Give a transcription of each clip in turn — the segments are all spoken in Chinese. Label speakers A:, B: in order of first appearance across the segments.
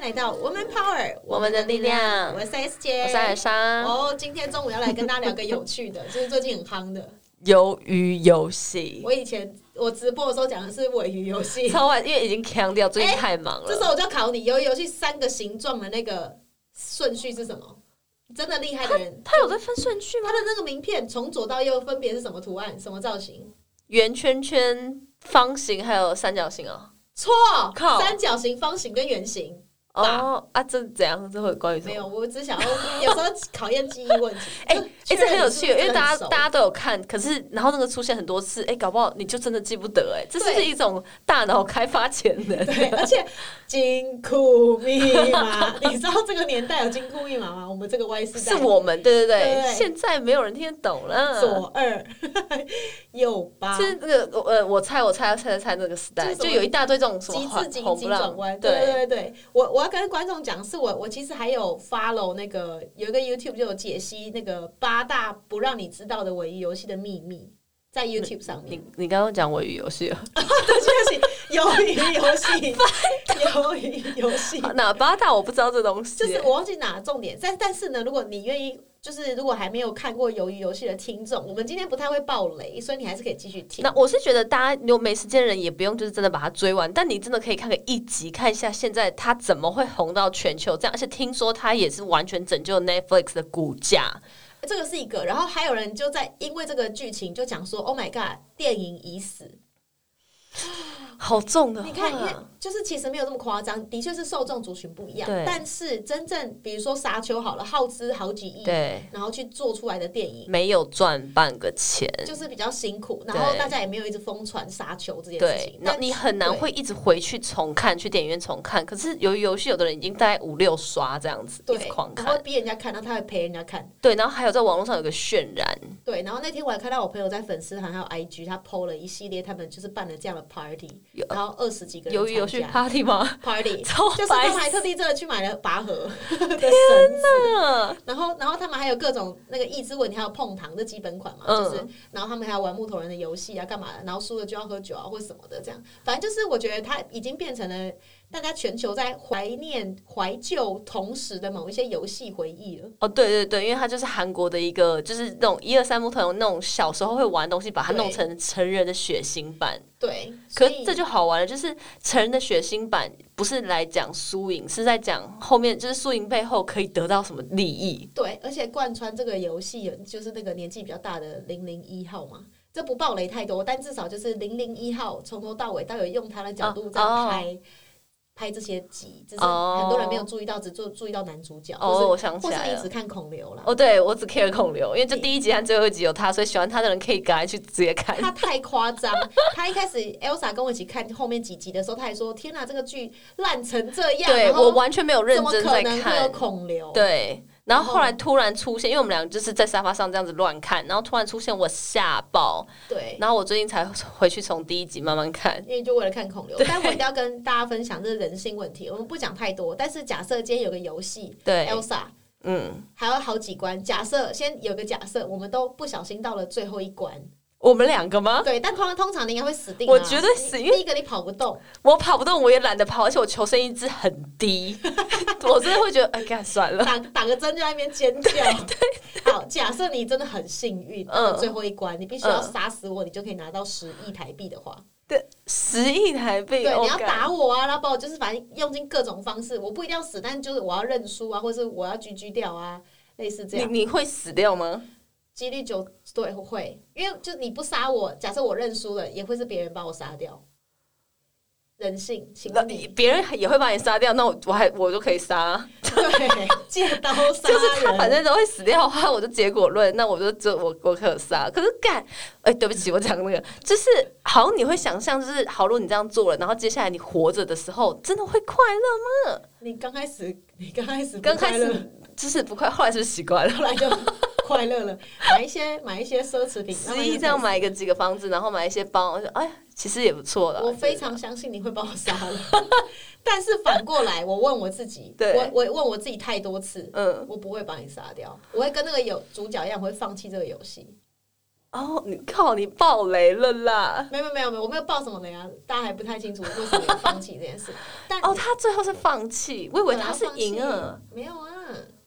A: 来到 Woman Power，
B: 我们的力量
A: 我是 S 姐，
B: 我是艾莎
A: 哦，今天中午要来跟大家聊个有趣的，就是最近很夯 的。
B: 鱿鱼游戏，
A: 我以前我直播的时候讲的是尾鱼游戏，
B: 超晚，因为已经扛掉，最近
A: 哎
B: 太忙了。
A: 这时候我就考你，鱿鱼游戏三个形状的那个顺序是什么？真的厉害的 人，
B: 它有在分顺序吗
A: 他？的那个名片从左到右分别是什么图案、什么造型？
B: 圆圈圈、方形还有三角形哦。
A: 错
B: 靠，
A: 三角形、方形跟圆形。吧
B: 哦啊，这怎样？这会关于什
A: 没
B: 么？
A: 有，我只想要有时候考验记忆问题。
B: 哎
A: 就
B: 哎、
A: 确
B: 这
A: 认
B: 很有
A: 你是
B: 趣，
A: 不
B: 因
A: 是
B: 为
A: 真的
B: 大
A: 很
B: 家
A: 熟
B: 大家都有看，可是然后那个出现很多次，哎、搞不好你就真的记不得、哎，这是不是
A: 对
B: 一种大脑开发潜 能？
A: 对，而且金库密码，你知道这个年代有金库密码吗？我 们这个 Y 世代
B: 是我们，对对对，
A: 对
B: 现在没有人听得懂了。
A: 左二 右八
B: 嗯就，是那个呃，我猜我猜猜猜猜那个时代，
A: 就是什
B: 就
A: 么
B: 有一大堆这种什么
A: 极
B: 红
A: 致金
B: 红
A: 金
B: 不
A: 转
B: 让
A: 弯。对
B: 对，
A: 对对对，我我要跟观众讲，是我我其实还有 follow 那个有一个 YouTube 就有解析那个八大不让你知道的尾鱼游戏的秘密。在 YouTube 上面
B: 你，你刚刚讲我鱼游戏 了，
A: 对，确实鱿鱼游 戏，鱿鱼游戏，
B: 哪八大我不知道这东西，
A: 就是我忘记哪重点，但但是呢，如果你愿意，就是如果还没有看过《鱿鱼游戏》的听众，我们今天不太会爆雷，所以你还是可以继续听
B: 那。我是觉得大家如果没时间的人也不用就是真的把它追完，但你真的可以看个一集，看一下现在它怎么会红到全球这样，而且听说它也是完全拯救 Netflix 的股价。
A: 这个是一个，然后还有人就在因为这个剧情就讲说，Oh my god，电影已死。
B: 好重的话，
A: 你看，因为就是其实没有这么夸张，的确是受众族群不一样
B: 对，
A: 但是真正比如说《沙丘》好了，耗资好几亿，
B: 对
A: 然后去做出来的电影。
B: 没有赚半个钱，
A: 就是比较辛苦，然后
B: 对
A: 大家也没有一直疯传沙丘这件事
B: 对
A: 情，，
B: 那
A: 但
B: 你很难
A: 对
B: 会一直回去重看，去电影院重看。可是由于游戏，有的人已经大概五六刷这样子，一直
A: 对
B: 狂，
A: 然后
B: 看。
A: 逼人家看，然后他会陪人家看，
B: 对，然后还有在网络上有个渲染，
A: 对，然后那天我还看到我朋友在粉丝团还有 IG，他 PO 了一系列他们就是办了这样的 party，
B: 有
A: 然后二十几个人
B: 由于游
A: 参
B: 戏
A: 加
B: party 吗？
A: party，
B: 超
A: 就是他
B: 白
A: 们还特地真的去买了拔 河的绳子，
B: 色，
A: 然后然后他们还有各种那个益智问题，还有碰糖的基本款嘛，
B: 嗯
A: 就是然后他们还有玩木头人的游戏啊，干嘛的，然后输了就要喝酒啊或什么的，这样，反正就是我觉得它已经变成了大家全球在怀念怀旧同时的某一些游戏回忆了。
B: 哦，对对对，因为它就是韩国的一个，就是那种一二三木头人那种小时候会玩的东西，把它
A: 对
B: 弄成成人的血腥版。
A: 对，
B: 可
A: 所
B: 是
A: 以
B: 这就好玩了，就是成人的血腥版不是来讲输赢，是在讲后面就是输赢背后可以得到什么利益。
A: 对，而且贯穿这个游戏有就是那个年纪比较大的零零一号嘛，这不暴雷太多，但至少就是零零一号从头到尾都有用他的角度在
B: 哦
A: 拍、拍这些集，只是
B: 哦
A: 很多人没有注意到，只注注意到男主角，
B: 哦，我想起
A: 或是或是
B: 来
A: 你
B: 了
A: 只。看孔刘啦。
B: 哦，对，我只 care 孔刘，因为就
A: 你
B: 第一集和最后一集有他，所以喜欢他的人可以赶快去直接看。
A: 他太夸张， 他一开始 Elsa 跟我一起看后面几集的时候，他还说：“天哪，这个剧烂成这样！”
B: 对
A: 然后
B: 我完全没有认
A: 怎么
B: 真
A: 可
B: 在
A: 能会有
B: 看，
A: 孔刘？
B: 对。然后
A: 然后
B: 后来突然出现，因为我们俩就是在沙发上这样子乱看，然后突然出现，我吓爆。
A: 对，
B: 然后我最近才回去从第一集慢慢看。
A: 因为就为了看孔刘。但我一定要跟大家分享这是人性问题，我们不讲太多。但是假设今天有个游戏
B: 对，
A: Elsa
B: 嗯，
A: 还有好几关，假设先有个假设，我们都不小心到了最后一关，
B: 我们两个吗？
A: 对，但通常通常你应该会死定啊，
B: 啊我绝对死
A: 你
B: 因为
A: 第一个你跑不动，
B: 我跑不动，我也懒得跑，而且我求生意志很 低，我真的会觉得哎，干算了。
A: 打打个针就在那边尖叫。好，假设你真的很幸运，到了最后一关，你必须要
B: 嗯
A: 杀死我，你就可以拿到十亿台币的话，
B: 对，十亿台币，
A: 对，
B: 我
A: 你要
B: 干
A: 打我啊，然后把我就是反正用尽各种方式，我不一定要死，但就是我要认输啊，或是我要 GG 掉啊，类似这
B: 你
A: 样。
B: 你会死掉吗？
A: 几率九对会，因为就你不杀我，假设我认输了，也会是别人把我杀掉。人性，请
B: 那
A: 你
B: 别人也会把你杀掉，那我我还我就可以杀。
A: 对借刀杀
B: 就是他
A: 人
B: 反正都会死掉的话，我就结果论，那我就就我我可杀。可是干，哎、对不起，我讲那个，就是好像你会想象，就是好，如果你这样做了，然后接下来你活着的时候，真的会快乐
A: 你刚开始，你刚开始
B: 吗？
A: 不
B: 刚开
A: 快乐
B: 始就是不快，后来是不是习惯 了？
A: 后来就快乐了，买一些买一些奢侈品，然
B: 十
A: 后
B: 一
A: 就
B: 这样买个几个房子，然后买一些包，我就哎，其实也不错了。
A: 我非常相信你会把我杀 了，但是反过来，我问我自己，
B: 对
A: 我我问我自己太多次，
B: 嗯，
A: 我不会把你杀掉，我会跟那个有主角一样，我会放弃这个游戏。
B: 哦，你靠，你爆雷了啦！
A: 没有没有没有没有，我没有报什么雷啊，大家还不太清楚我为什么放弃这件 事。但
B: 哦，他最后是放弃，我以为
A: 对啊
B: 他是赢了。，
A: 放弃没有啊，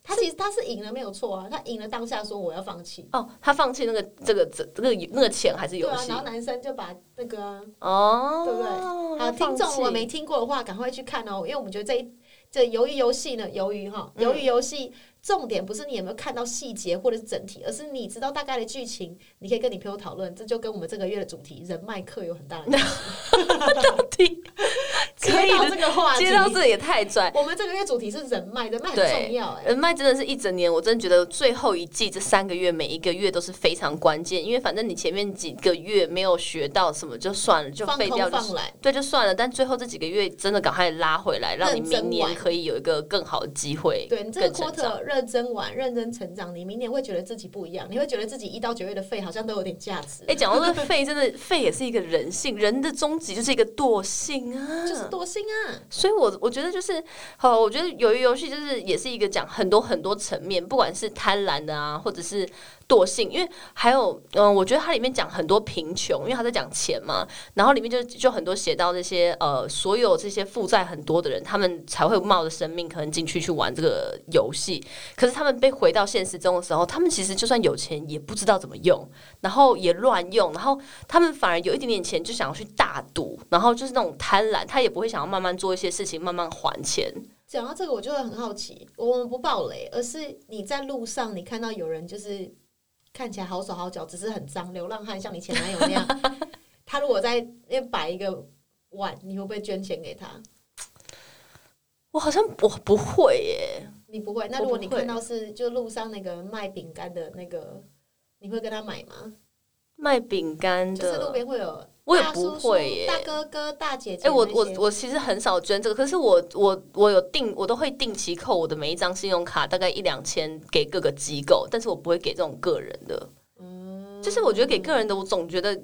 A: 他其实他是赢了没有错啊，他赢了当下说我要放弃，
B: 哦，他放弃那个这个这这个那个钱还是
A: 对
B: 游
A: 啊，
B: 戏
A: 然后男生就把那个啊、
B: 哦，
A: 对不对好，
B: 他
A: 听
B: 放
A: 众如果
B: 弃
A: 没听过的话，赶快去看哦，因为我们觉得这一这鱿鱼游戏
B: 嗯
A: 呢，鱿鱼哈，鱿鱼游戏重点不是你有没有看到细节或者是整体，而是你知道大概的剧情，你可以跟你朋友讨论，这就跟我们这个月的主题人脉课有很 大的关系。
B: 听，可以
A: 接到
B: 的
A: 这个话题
B: 接，到这也太拽。
A: 我们这个月主题是人脉，人脉很
B: 对
A: 重要哎、
B: 人脉真的是一整年，我真的觉得最后一季这三个月每一个月都是非常关键，因为反正你前面几个月没有学到什么就算了，就
A: 放
B: 废掉
A: 空
B: 就
A: 放懒，
B: 对就算了。但最后这几个月真的赶快拉回来，让你
A: 认真
B: 明年
A: 玩
B: 可以有一个更好的机会。
A: 对你这个
B: 更成长
A: quarter 认真玩、认真成长，你明年会觉得自己不一样，你会觉得自己一到九月的费好像都有点价值
B: 哎、，讲到这个废，真的废也是一个人性，人的终极就是一个惰性啊，
A: 就是多心啊，
B: 所以我，我觉得就是，好，我觉得鱿鱼游戏就是也是一个讲很多很多层面，不管是贪婪的啊，或者是惰性，因为还有，嗯，我觉得它里面讲很多贫穷，因为它在讲钱嘛，然后里面就就很多写到这些呃，所有这些负债很多的人，他们才会冒着生命可能进去去玩这个游戏，可是他们被回到现实中的时候，他们其实就算有钱也不知道怎么用，然后也乱用，然后他们反而有一点点钱就想要去大赌，然后就是那种贪婪，他也不会想要慢慢做一些事情，慢慢还钱。
A: 讲到这个，我就会很好奇，我们不爆雷，而是你在路上你看到有人就是看起来好手好脚，只是很脏，流浪汉，像你前男友那样， 他如果在那边摆一个碗，你会不会捐钱给他？
B: 我好像我不会耶，
A: 你不会。那
B: 我
A: 如果
B: 不
A: 你
B: 会
A: 看到是就路上那个卖饼干的那个，你会跟他买吗？
B: 卖饼干
A: 就是路
B: 的，
A: 边会有
B: 我也
A: 大
B: 不
A: 叔叔
B: 会耶。
A: 大哥哥、大姐姐那
B: 哎、
A: 些。
B: 我我我其实很少捐这个，可是我我我有定，我都会定期扣我的每一张信用卡大概一两千给各个机构，但是我不会给这种个人的。
A: 嗯
B: 就是我觉得给个人的，我总觉得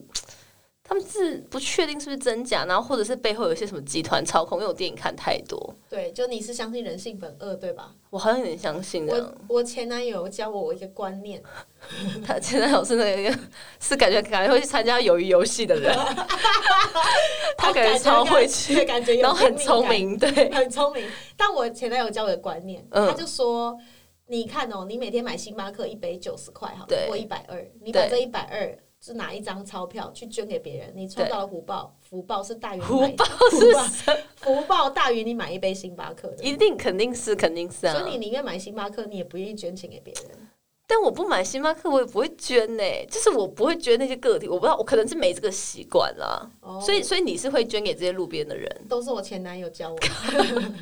B: 他们是不确定是不是真假，然后或者是背后有一些什么集团操控，因为我电影看太多，
A: 对，就你是相信人性本恶，对吧？
B: 我好像有点相信这样。
A: 我我前男友教我一个观念，
B: 他前男友是那个是感觉感觉会去参加鱿鱼游戏的 人， 他感觉超会去，
A: 对感觉有
B: 然后很聪
A: 使
B: 明，
A: 命
B: 对，
A: 感，很聪明。但我前男友教我的观念，
B: 嗯
A: 他就说。你看哦，你每天买星巴克一杯九十块，好了
B: 对，
A: 或一百二，你把
B: 对
A: 这一百二就拿一张钞票去捐给别人，你创造了福报，福报是大于你
B: 福
A: 买
B: 报
A: 福
B: 是
A: 报福报大于你买一杯星巴克的，
B: 一定肯定是肯定是啊
A: 所以。你宁愿买星巴克，你也不愿意捐钱给别人。
B: 但我不买星巴克，我也不会捐呢、就是我不会捐那些个体，我不知道，我可能是没这个习惯啦。
A: 哦，
B: 所以，所以你是会捐给这些路边的人，
A: 都是我前男友教 我的，
B: 然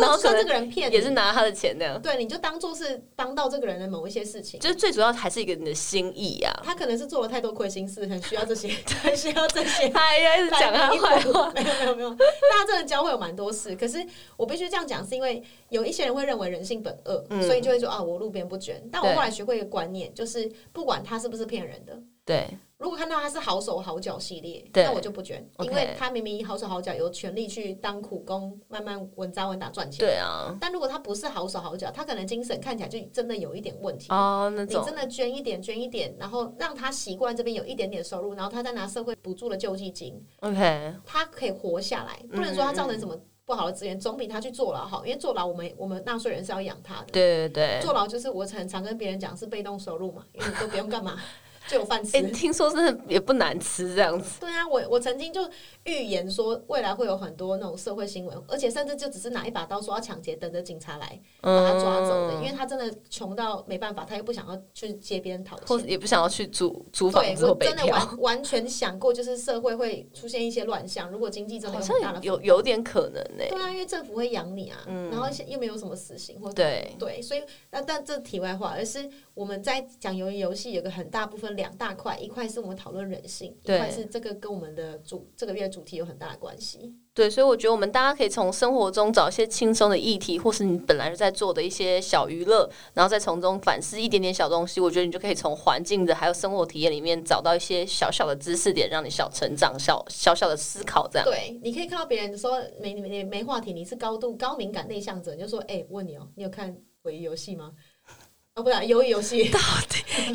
A: 他
B: 后
A: 都说
B: 可能
A: 这个人骗你，
B: 也是拿他的钱那样。
A: 对，你就当做是帮到这个人的某一些事情。
B: 就是最主要还是一个你的心意啊。
A: 他可能是做了太多亏心事，很需要 这些，很需要这些。
B: 他一直 讲他坏话，
A: 没有没有没有，大家真的教会有蛮多事。可是我必须这样讲，是因为有一些人会认为人性本恶，
B: 嗯
A: 所以就会说啊，我路边不捐。但我
B: 对
A: 后来学会一个观念，就是不管他是不是骗人的，
B: 对
A: 如果看到他是好手好脚系列，
B: 对
A: 那我就不捐，
B: OK
A: 因为他明明好手好脚，有权利去当苦工，慢慢稳扎稳打赚钱。
B: 对啊，
A: 但如果他不是好手好脚，他可能精神看起来就真的有一点问题。
B: 哦那
A: 你
B: 种
A: 真的捐一点，捐一点，然后让他习惯这边有一点点收入，然后他再拿社会补助的救济金，
B: OK，
A: 他可以活下来。不能说他造成什么
B: 嗯
A: 不好的资源，总比他去坐牢好，因为坐牢我们我们纳税人是要养他的。
B: 对对对。
A: 坐牢就是我很常跟别人讲是被动收入嘛，因为你都不用干嘛就有饭吃
B: 哎、。听说真的也不难吃这样子。
A: 对啊，我我曾经就预言说未来会有很多那种社会新闻，而且甚至就只是拿一把刀说要抢劫，等着警察来
B: 嗯
A: 把他抓走的，因为他真的穷到没办法，他又不想要去街边讨
B: 或
A: 钱
B: 者。也不想要去租租房
A: 对，
B: 子
A: 我
B: 或北
A: 真的
B: 漂，
A: 完 完全想过，就是社会会出现一些乱象。如果经济真的
B: 好
A: 有很大
B: 像
A: 的
B: 有有点可能哎呢、
A: 对啊，因为政府会养你啊，
B: 嗯
A: 然后又没有什么死刑或
B: 对
A: 对，所以那但这题外话，而是我们在讲鱿鱼游戏有个很大部分两大块，一块是我们讨论人性，一
B: 对
A: 块是这个跟我们的主这个月主题有很大的关系。
B: 对，所以我觉得我们大家可以从生活中找一些轻松的议题，或是你本来就在做的一些小娱乐，然后再从中反思一点点小东西。我觉得你就可以从环境的还有生活体验里面找到一些小小的知识点，让你小成长、小小小的思考 这样。
A: 对，你可以看到别人说没没没没话题，你是高度高敏感内向者，你就说哎、问你哦、你有看《鬼游戏》吗？啊哦，不然鱿鱼游 戏，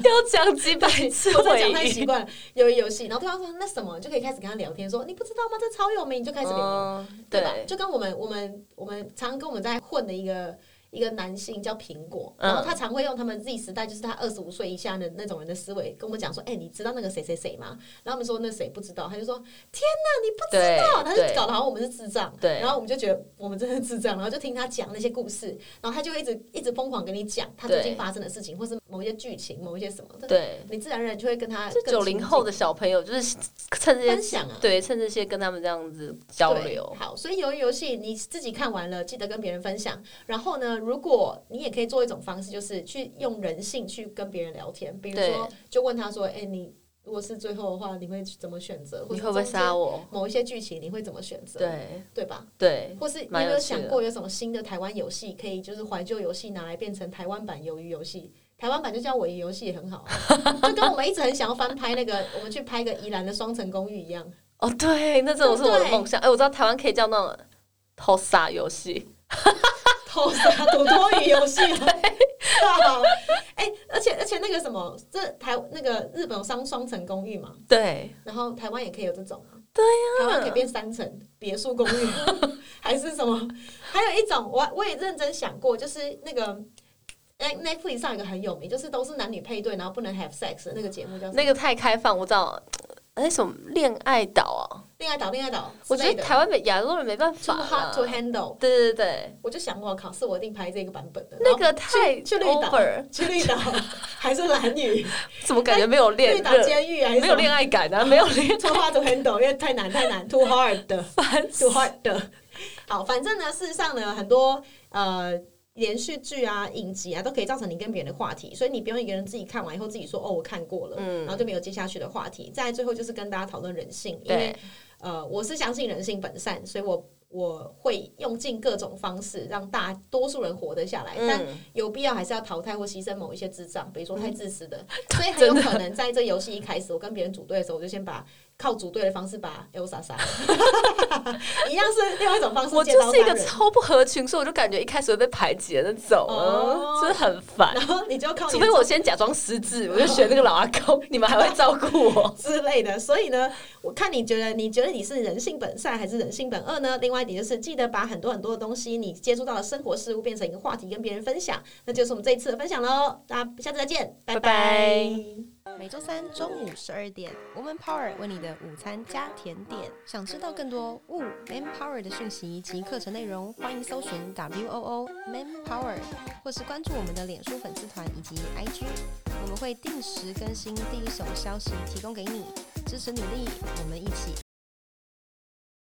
B: 要讲几百次
A: 我真的
B: 回
A: 讲太习
B: 忆。
A: 惯了，鱿鱼游戏。然后对方说那什么，你就可以开始跟他聊天，说你不知道吗？这超有名，你就开始聊。
B: 嗯，
A: 对吧？
B: 对，
A: 就跟我们我们我们常跟我们在混的一个一个男性叫苹果，
B: 嗯
A: 然后他常会用他们 Z 时代，就是他二十五岁以下的那种人的思维跟我们讲说，哎、你知道那个谁谁谁吗？然后我们说那谁不知道，他就说天哪，你不知
B: 对
A: 道，啊他就
B: 对
A: 搞得好像我们是智障，
B: 对
A: 然后我们就觉得我们真的是智障，然后就听他讲那些故事，然后他就会一直一直疯狂跟你讲他最近
B: 对
A: 发生的事情，或是某一些剧情、某一些什么的，
B: 对，
A: 你自然而然就会跟他
B: 这
A: 啊更
B: 九零
A: 亲
B: 后
A: 近
B: 的小朋友就是趁这
A: 分
B: 些，
A: 享啊，
B: 对，趁这些跟他们这样子交
A: 对
B: 流。
A: 好，所以由于游戏你自己看完了，记得跟别人分享。然后呢，如果你也可以做一种方式，就是去用人性去跟别人聊天，比如说
B: 对
A: 就问他说：“哎、你如果是最后的话，你会怎么选择？或
B: 你
A: 者
B: 会不会杀我？
A: 某一些剧情，你会怎么选择？
B: 对
A: 对吧？
B: 对，
A: 或是你有
B: 蛮
A: 没
B: 有
A: 有
B: 趣的
A: 想过有什么新的台湾游戏可以就是怀旧游戏拿来变成台湾版鱿鱼游戏？台湾版就叫尾鱼游戏也很好啊、就跟我们一直很想要翻拍那个，我们去拍个宜兰的双层公寓一样。
B: 哦对，那真的是我的
A: 对
B: 梦想。哎，我知道台湾可以叫那种偷杀游戏，
A: 偷杀赌多鱼游戏 吗？好，哎、而且而且那个什么，这台那个日本有商双层公寓嘛，
B: 对，
A: 然后台湾也可以有这种啊。对呀、台湾可以变三层别墅公寓， 还是什么？还有一种，我我也认真想过，就是那个。哎，Netflix 上有一个很有名，就是都是男女配对，然后不能 have sex 的那个节目叫什么
B: 那个太开放，我知道。哎，什么恋爱岛啊？
A: 恋爱岛》《恋爱岛》
B: 我
A: 之
B: 觉
A: 类
B: 得
A: 的。
B: 台湾没亚洲人没办
A: Too
B: 法
A: hot
B: 啦
A: to handle，
B: 对对对，
A: 我就想，我靠，是我一定拍这个版本的。
B: 那个太
A: 去绿岛
B: over，
A: 去绿岛 还是蓝雨，
B: 怎么感觉没有恋
A: 绿岛哦
B: 热，
A: 监狱还是
B: 没 有恋爱感啊，没有恋
A: too hard to handle，因为太难太难 too hard 的 too hard 的。 好，反正呢，事实上呢，很多呃。连续剧啊、影集啊，都可以造成你跟别人的话题，所以你不用一个人自己看完以后自己说哦，我看过了，
B: 嗯
A: 然后就没有接下去的话题。再来最后就是跟大家讨论人性，因为
B: 对
A: 呃，我是相信人性本善，所以我我会用尽各种方式让大多数人活得下来， 但
B: 嗯，
A: 有必要还是要淘汰或牺牲某一些智障，比如说太自私 的，所以很有可能在这游戏一开始，我跟别人组队的时候，我就先把靠组队的方式把 Elsa 杀 了，一样是另外一种方式
B: 我
A: 见
B: 就
A: 到
B: 是一
A: 杀
B: 个
A: 人，
B: 超不合群，所以我就感觉一开始会被排挤的那种
A: 哦
B: 啊，真的很烦。
A: 然后你就靠
B: 除
A: 你
B: 非我先假装失智，我就学那个老阿 公，你们还会照顾我。
A: 之类的。所以呢，我看你觉得你觉得你是人性本善还是人性本恶呢？另外一点就是记得把很多很多的东西，你接触到的生活事物变成一个话题跟别人分享。那就是我们这一次的分享喽，那下次再见，拜
B: 拜拜
C: 每周三中午十二点，Woman Power 为你的午餐加甜点。想知道更多 Wo Man Power 的讯息及课程内容，欢迎搜寻 W O O Man Power，或是关注我们的脸书粉丝团以及 IG，我们会定时更新第一手消息，提供给你支持努力，我们一起